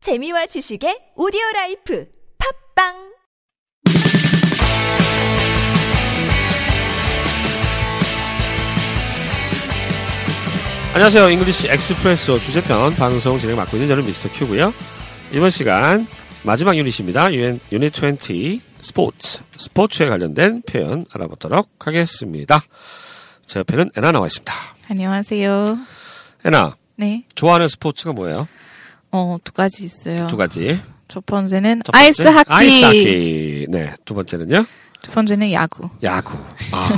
재미와 지식의 오디오 라이프 팝빵 안녕하세요. 잉글리시 엑스프레소 주제편 방송 진행 맡고 있는 저는 미스터 큐고요. 이번 시간 마지막 유닛입니다. 유엔 유닛 20 스포츠 스포츠에 관련된 표현 알아보도록 하겠습니다. 제 옆에는 에나 나와 있습니다. 안녕하세요. 에나 네. 좋아하는 스포츠가 뭐예요? 어, 두 가지 있어요. 두 가지. 첫 번째는 첫 번째, 아이스 하키. 아이스 하키. 네. 두 번째는요? 두 번째는 야구. 야구. 아,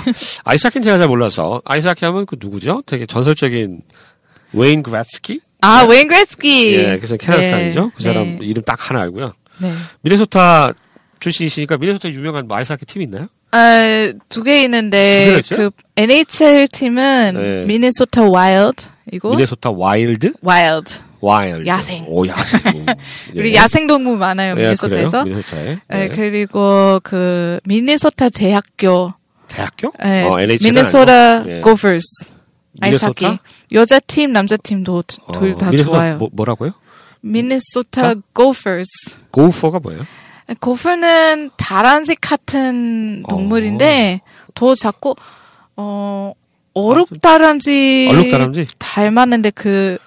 아이스 하키는 제가 잘 몰라서 아이스 하키 하면 그 누구죠? 되게 전설적인 웨인 그라츠키? 아, 웨인 그레스키. 네. 예, 그래서 캐나다 네. 사람이죠. 그 사람 네. 이름 딱 하나 알고요. 네. 미네소타 출신이시니까 미네소타 유명한 마이스하키팀 있나요? 아, 두두 개 개가 있는데 있어요? 그 NHL 팀은 네. 미네소타 와일드이고 미네소타 와일드? 와일드. 와일드. 뭐? 야생. 오, 야생. 음, 우리 예. 야생 동물 많아요, 예, 미네소타에서. 그래요? 미네소타에. 네, 예. 그리고 그 미네소타 대학교 대학교? 네, 어, NHL은 미네소타 아니고. 예. 고퍼스 아이스 미네소타? 하키 여자 팀 남자 팀도 둘 어, 다 미네소타 좋아요. 뭐, 뭐라고요? 미네소타 자? 고퍼스. 고우퍼가 뭐예요? 고프는 다란색 같은 어. 동물인데 더 작고 어 아, 어룩다람쥐 얼룩다람쥐? 닮았는데 그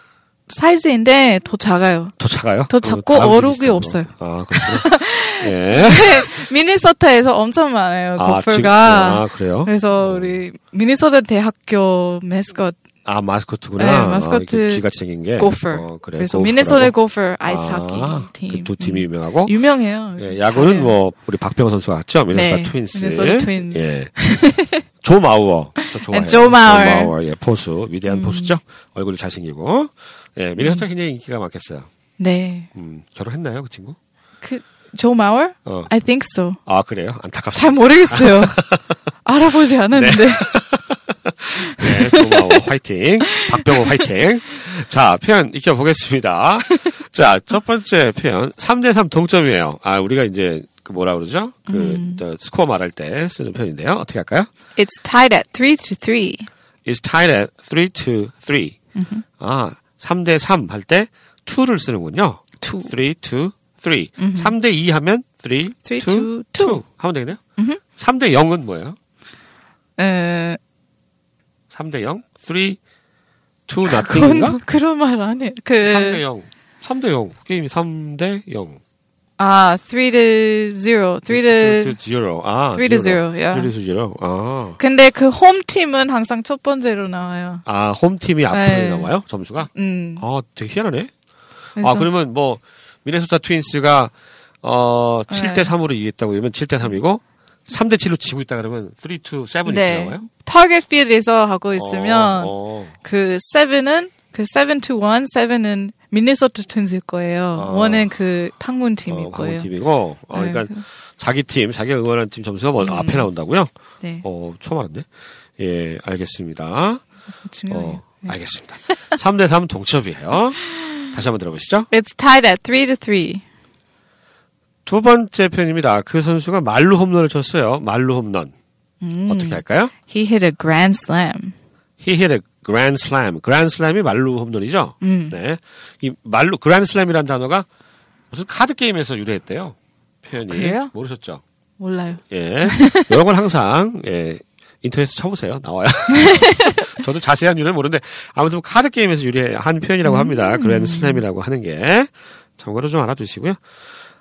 사이즈인데 더 작아요. 더 작아요? 더 어, 작고 다람쥐 어록이 비슷한 거. 없어요. 아, 그렇구나. 예. 미네소타에서 네, 엄청 많아요 아, 지금- 고프가. 예. 아, 그래요? 그래서 우리 미네소타 대학교 메스컷 아, 마스코트구나. 네, 아, 마스코트 이렇게 쥐같이 생긴 게. 고프. 어, 그래. 그래서 고우퍼라고. 미네소타 고프 아이스하키 아, 팀. 그두 팀이 음. 유명하고. 유명해요. 예, 야구는 어, 잘해요. 뭐 우리 박병호 선수가 갔죠. 미네소타 네, 트윈스. 미네소타 트윈스. 예. 조 마우어. 저 좋아해요. 조 마우어. 음. 예, 포수. 위대한 포수죠. 얼굴도 잘생기고. 예, 미네소타 굉장히 인기가 많겠어요. 네. 음, 결혼했나요, 그 친구? 그조 마월? 어. I think so. 아, 그래요? 안타깝습니다. 잘 모르겠어요. 알아보지 않았는데. 네, 조 마우어 화이팅. 박병호 화이팅. 자, 표현 익혀보겠습니다. 자, 첫 번째 표현. 3대3 동점이에요. 아, 우리가 이제 그 뭐라 그러죠? 그, 음. 저 스코어 말할 때 쓰는 표현인데요. 어떻게 할까요? It's tied at 3 to 3. is tied at 3 to 3. 아, 3대 3 할 때 2를 쓰는군요. 2. 3 to 3. 3대 2 하면 3, Three, 2, two, 2. two. 하면 되겠네요. 3대 0은 뭐예요? 에, 3대 0? 3, 2, 아, 그건 뭐 nothing인가? 그런 말 안 해. 3대 그 0. 3대 0. 게임이 3대 0. 아, 3 to 0. 3 to 0. 아, three to zero, 예. 3 to 0. 아. 근데 그 홈팀은 항상 첫 번째로 나와요. 아, 홈팀이 앞에 네. 나와요? 점수가? 음. 아, 되게 희한하네. 그래서 아, 그러면 뭐, 미네소타 트윈스가, 어, 네. 7대 3으로 이겼다고 그러면 7대 3이고, 3대 7로 지고 있다 그러면 3, 2, 7이 네. 나와요? 타겟 필드에서 하고 있으면 어, 어. 그 7은 그 7 to 1, 7은 미네소타 튼일 거예요. 어. 원 1은 그 탕문 팀일 어, 거예요. 강팀이고, 어, 네, 그러니까 그- 자기 팀, 자기가 응원하는 팀 점수가 뭐 앞에 나온다고요? 네. 어, 처음 알았네. 예, 알겠습니다. 중요해요. 어, 알겠습니다. 3대 3 동첩이에요. 다시 한번 들어보시죠. It's tied at 3 to 3. 두 번째 편입니다. 그 선수가 말로 홈런을 쳤어요. 말로 홈런. 음. 어떻게 할까요? He hit a grand slam. He hit a grand slam. grand slam이 말루 홈런이죠. 음. 네. 이 말루 grand slam이라는 단어가 무슨 카드 게임에서 유래했대요. 표현이. 그래요? 모르셨죠? 몰라요. 예. 이런 걸 항상 예. 인터넷에 쳐보세요. 나와요. 저도 자세한 유래는 모르는데 아무튼 뭐 카드 게임에서 유래한 표현이라고 합니다. 음. grand slam이라고 하는 게 참고로 좀 알아두시고요.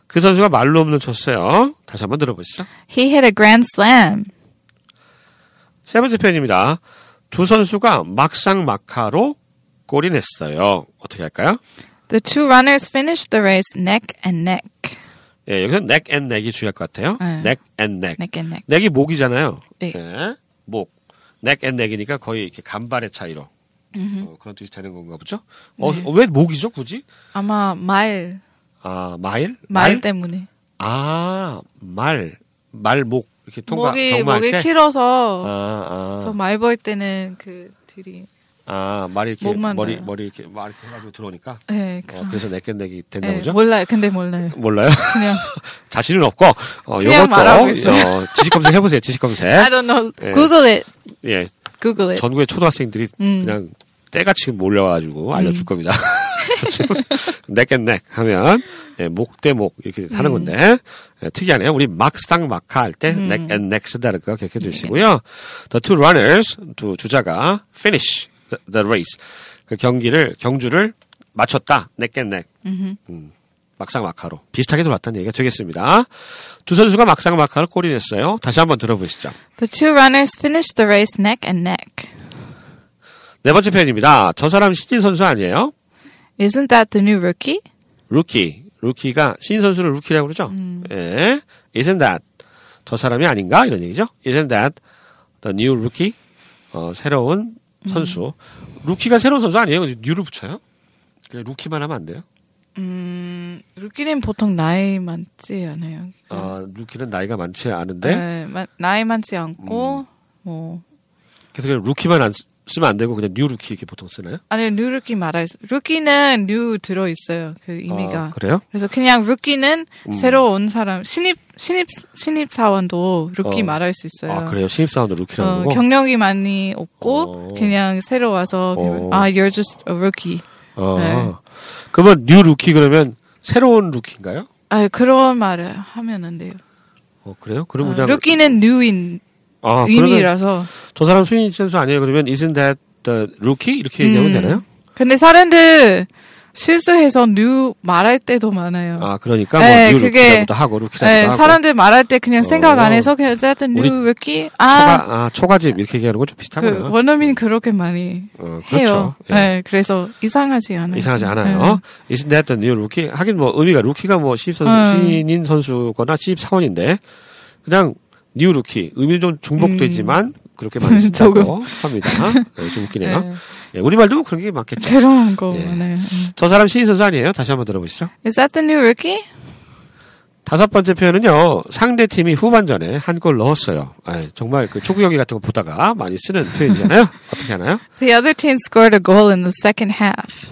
그 선수가 말로 홈런 쳤어요. 다시 한번 들어보시죠. He hit a grand slam. 세 번째 표현입니다. 두 선수가 막상 막하로 골이 냈어요. 어떻게 할까요? The two runners finished the race neck and neck. 예, 여기서 neck and neck이 중요할 것 같아요. 네. neck and neck. neck and neck. neck이 목이잖아요. 네. 예, 목. neck and neck이니까 거의 이렇게 간발의 차이로. 어, 그런 뜻이 되는 건가 보죠? 네. 어, 왜 목이죠, 굳이? 아마 말, 아, 마일? 말, 때문에. 아, 말. 말목. 이렇게 통과, 목이, 경마할 목이 때. 길어서, 아, 그래서 아. 말 볼 때는 그, 둘이, 아, 말이 이렇게, 목만 머리, 봐요. 머리 이렇게, 말 이렇게 해가지고 들어오니까. 네, 어, 그런. 그래서 neck and neck이 된다 네, 보죠? 몰라요. 근데 몰라요. 몰라요? 그냥, 자신은 없고 어, 그냥 요것도 말하고 있어요. 어, 지식 검색 해보세요. 지식 검색. I don't know. 네. Google it. 예, Google it. 전국의 초등학생들이 네. 음. 그냥 때가 지금 몰려가지고 알려줄 겁니다. 넥앤넥 하면 예, 목대목 이렇게 하는 건데 예, 특이하네요. 우리 막상 막하 할 때 넥앤넥 쓰다는 거 기억해 주시고요. The two runners 두 주자가 finish the, the race 그 경기를 경주를 마쳤다. 넥앤넥. 음, 막상 막하로 비슷하게 돌았다는 얘기가 되겠습니다. 두 선수가 막상 막하로 골이 냈어요. 다시 한번 들어보시죠. The two runners finished the race neck and neck. 네 번째 표현입니다. 저 사람 신인 선수 아니에요? Isn't that the new rookie? 루키. 루키가 신인 선수를 루키라고 그러죠. 음. 예. Isn't that 저 사람이 아닌가 이런 얘기죠. Isn't that the new rookie? 어, 새로운 음. 선수. 루키가 새로운 선수 아니에요? 뉴를 붙여요? 그냥 루키만 하면 안 돼요? 음, 루키는 보통 나이 많지 않아요. 어, 루키는 나이가 많지 않은데 네, 마- 나이 많지 음. 않고 뭐 그래서 그냥 루키만 안 쓰- 쓰면 안 되고 그냥 뉴 루키 이렇게 보통 쓰나요? 아니 뉴 루키 말할 수 루키는 뉴 들어 있어요 그 의미가 아, 그래요? 음. 그래서 그냥 루키는 새로 온 사람 신입 신입 신입 사원도 루키 어. 말할 수 있어요. 아 그래요. 신입 사원도 루키라는 어, 거고. 경력이 많이 없고 어. 그냥 새로 와서 그냥, 어. 아 you're just a rookie. 어. 네. 그러면 뉴 루키 그러면 새로운 루키인가요? 아 그런 말을 하면 안 돼요. 어 그래요? 어, 그럼 그냥 루키는 뉴인 아, 그러면 의미라서. 저 사람 수인 선수 아니에요? 그러면 isn't that the rookie 이렇게 얘기하면 음. 되나요? 근데 사람들 실수해서 뉴 말할 때도 많아요. 아 그러니까 네, 뭐 그게- 뉴루키라고도 하고 루키라고도 네, 하고 사람들 말할 때 그냥 생각 어. 안 해서 그냥 어쨌든 우리 뉴 루키 아 초가 아 초가집 이렇게 얘기하는 건 좀 비슷하구나. 그 원어민 그렇게 많이 어, 그렇죠. 해요. 예. 네, 그래서 이상하지 않아요. 네. 이상하지 않아요. isn't that the new rookie? 하긴 뭐 의미가 루키가 뭐 신입 선수, 음. 신인 선수거나 신입 사원인데 그냥 new rookie 의미 좀 중복되지만 그렇게 많이 쓴다고 합니다. 네, 좀 음. 네. 웃기네요. 예, 우리 말도 그런 게 많겠죠. 그런 거. 예. 네. 저 사람 신인 선수 아니에요? 다시 한번 들어보시죠. Is that the new rookie? 다섯 번째 표현은요. 상대 팀이 후반전에 한 골 넣었어요. 아, 정말 그 축구 경기 같은 거 보다가 많이 쓰는 표현이잖아요. 어떻게 하나요? The other team scored a goal in the second half.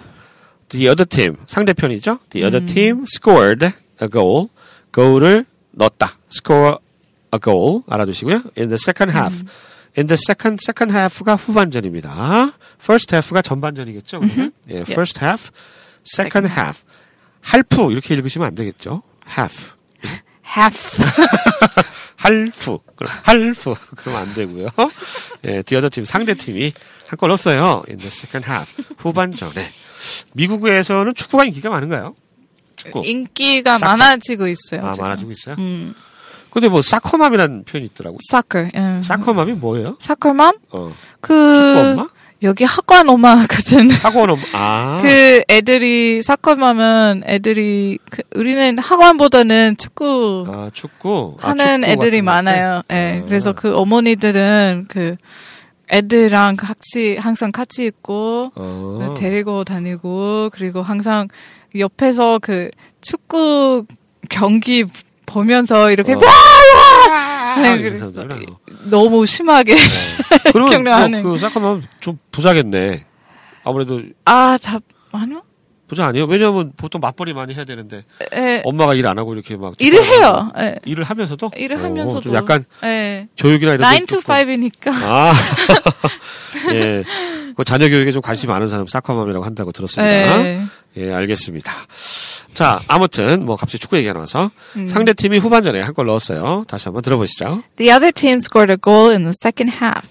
The other team 상대편이죠. The other team scored a goal. goal을 넣었다. score a goal 알아두시고요. In the second half. In the second second half가 후반전입니다. First half가 전반전이겠죠. 그러면? 예, first half, second half. 할프 이렇게 읽으시면 안 되겠죠. half. Half. 할프. 그럼 할프. 그러면 안 되고요. 예, 디어더 팀 상대 팀이 한 골 넣었어요. In the second half. 후반전에. 미국에서는 축구가 인기가 많은가요? 축구. 인기가 어. Soccer. 많아지고 있어요. 아, 지금. 많아지고 있어요. 음. 근데 뭐 사커맘이라는 표현이 있더라고. Soccer. 예. 사커맘이 뭐예요? 사커맘? 어. 그 축구 엄마? 여기 학관 엄마 같은 학원 엄마. 아. 그 애들이 사커맘은 애들이 그 우리는 학원보다는 축구 아, 축구. 아, 하는 축구 애들이 같은 많아요. 예. 아. 그래서 그 어머니들은 그 애들랑 그 같이 항상 같이 있고 그 것들. 어. 데리고 다니고 그리고 항상 옆에서 그 축구 경기 보면서 이렇게 어. 와! 아, 네. 와! 네, 이런 그래서 사람들이구나. 너무 심하게 그러면 경례 안 해. 뭐, 그 사커맘 좀 부자겠네. 아무래도 아, 잡 아니요? 부자 아니에요? 왜냐면 보통 맞벌이 많이 해야 되는데 예. 엄마가 일 안 하고 이렇게 막 일을 뒷바라지 하고. 해요. 예. 일을 하면서도 일을 어. 오, 하면서도 좀 약간 예. 교육이나 이런 9 게 to 조금- 5이니까 아. 예. 그 자녀 교육에 좀 관심 많은 사람 사커맘이라고 한다고 들었습니다. 예. 예, 알겠습니다. 자, 아무튼 뭐 갑자기 축구 얘기가 나와서 음. 상대 팀이 후반전에 한 골 넣었어요. 다시 한번 들어보시죠. The other team scored a goal in the second half.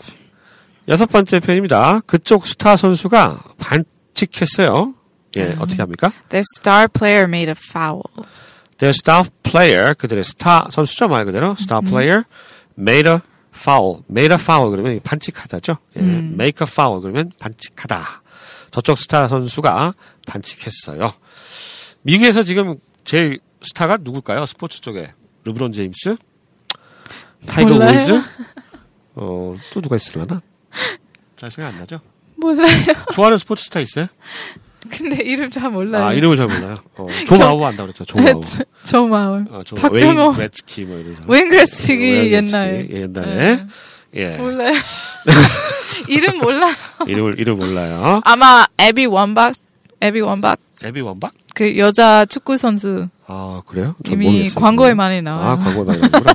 여섯 번째 편입니다. 그쪽 스타 선수가 반칙했어요. 예, 음. 어떻게 합니까? Their star player made a foul. The star player 그들의 스타 선수죠 말 그대로 star 음. player made a foul, made a foul 그러면 반칙하다죠. 예, 음. make a foul 그러면 반칙하다. 저쪽 스타 선수가 반칙했어요. 미국에서 지금 제일 스타가 누굴까요? 스포츠 쪽에 르브론 제임스, 타이거 몰라요. 우즈, 어또 누가 있을라나? 잘 생각 안 나죠? 몰라요. 좋아하는 스포츠 스타 있어요? 근데 이름 잘 몰라요. 아 이름을 잘 몰라요. 어, 조마우 안다 그랬죠. 조마우. 저 마을. 어, 저 웨인 박병호. 레츠키 뭐 이런 사람. 웨인 웨인 그레스치기 레츠키. 옛날. 네. 예, 옛날에. 예. 몰라요. 이름 몰라. 이름을, 이름 몰라요. 아마 에비 원박, 에비 원박 에비 원박? 그 여자 축구 선수 아, 그래요? 음. 전 이미 모르겠어요. 광고에 많이 나와요. 아, 광고에 많이 나오구나.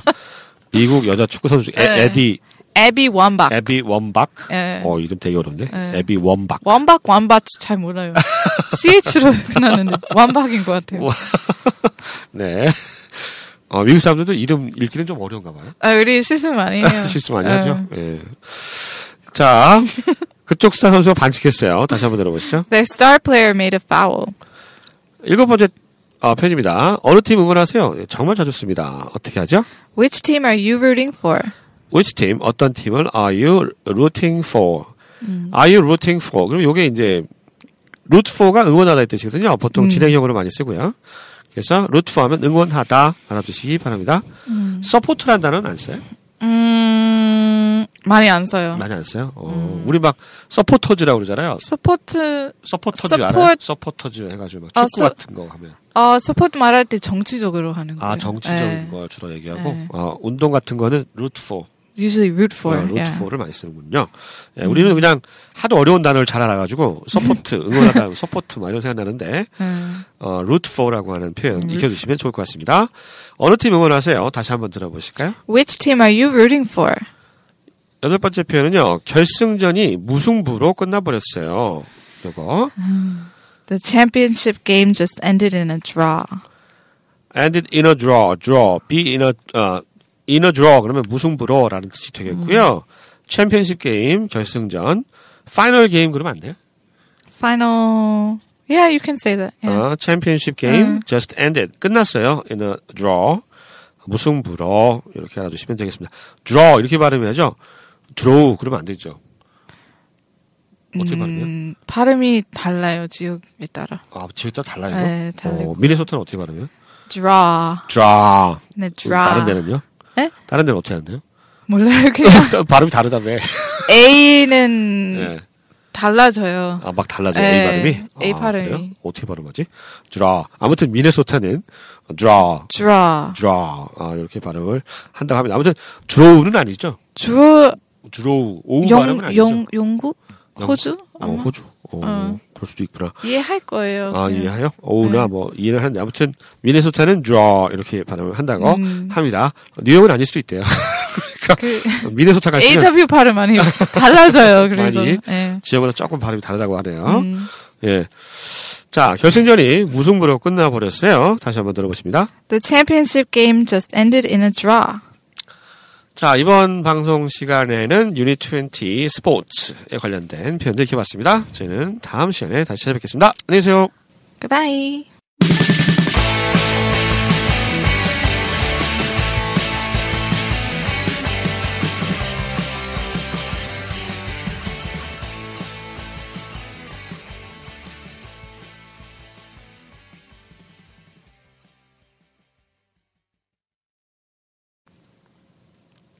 미국 여자 축구 선수 에, 네. 에디 에비 원박. 에비 원박. 예. 어 이름 되게 어렵네. 예. 에비 원박. 원박 원박 잘 몰라요. CH로 끝나는데 원박인 것 같아요. 와. 네. 어, 미국 사람들도 이름 읽기는 좀 어려운가 봐요. 아, 우리 실수 많이 해요. 실수 많이 예. 하죠. 예. 자, 그쪽 스타 선수가 반칙했어요. 다시 한번 들어보시죠. The star player made a foul. 일곱 번째 어, 편입니다. 어느 팀 응원하세요? 예, 정말 자주 씁니다. 어떻게 하죠? Which team are you rooting for? Which team? 어떤 팀을 are you rooting for? 음. Are you rooting for? 그럼 요게 이제 root for가 응원하다 뜻이거든요. 보통 음. 진행형으로 많이 쓰고요. 그래서 root for 하면 응원하다 알아두시기 바랍니다. support란 단어는 안 써요? 음, 많이 안 써요. 많이 안 써요. 어, 음. 우리 막 서포터즈라고 그러잖아요. 서포트, 서포터즈 서포- 알아요? 서포터즈 해가지고 막 아, 축구 서- 같은 거 하면 어, 서포트 말할 때 정치적으로 하는 거예요. 아 정치적인 예. 거 주로 얘기하고 네. 어, 운동 같은 거는 root for Usually root for. 어, yeah. 로트포를 많이 쓰는군요. 예, 우리는 그냥 하도 어려운 단어를 잘 알아가지고 서포트 응원하다 서포트 막 이런 생각 나는데 음. 어, 루트포라고 하는 표현 익혀두시면 좋을 것 같습니다. 어느 팀 응원하세요? 다시 한번 들어보실까요? Which team are you rooting for? 여덟 번째 표현은요. 결승전이 무승부로 끝나버렸어요. 요거 The championship game just ended in a draw. ended in a draw, draw, be in a 어, in a draw 그러면 무승부로라는 뜻이 되겠고요. 챔피언십 게임 결승전 파이널 게임 그러면 안 돼요? Final. Yeah, you can say that. Yeah. 어, 챔피언십 게임 음. just ended. 끝났어요. in a draw. 무승부로 이렇게 알아두시면 되겠습니다. draw 이렇게 발음해야죠. draw 그러면 안 되죠. 어떻게 발음해요? 음, 발음이 달라요 지역에 따라. 아, 지금 따라 달라요. 네, 달라요. 어, 미네소타는 어떻게 발음해요? Draw. draw. 네, 음, draw. 네? 다른 데는요? 에? 다른 데는 어떻게 하는데요? 몰라요 그냥. 발음이 다르다며. A는 예. 달라져요. 아, 막 달라져요. 음. 네, A 발음이? A 아, 발음이. 그래요? 어떻게 발음하지? draw. 아무튼 미네소타는 draw. Draw. draw. 아, 이렇게 발음을 한다고 합니다. 아무튼 draw는 아니죠. Draw. 주로 오후 발음은 영, 아니죠. 영, 영국? 호주? 어, 아마? 호주. 어, 그럴 수도 있구나. 이해할 네. 거예요. 아, 그냥. 이해해요? 오우나 뭐 이해를 하는데 아무튼 미네소타는 draw 이렇게 발음을 한다고 합니다. 뉴욕은 아닐 수도 있대요. 그 미네소타 가시면 AW 발음 많이 달라져요. 그래서. 그러니까 많이? 예. 지역마다 조금 발음이 다르다고 하네요. 예. 자, 결승전이 무승부로 끝나버렸어요. 다시 한번 들어보십니다. The championship game just ended in a draw. 자, 이번 방송 시간에는 유닛20 스포츠에 관련된 표현들 익혀봤습니다. 저희는 다음 시간에 다시 찾아뵙겠습니다. 안녕히 계세요. Goodbye.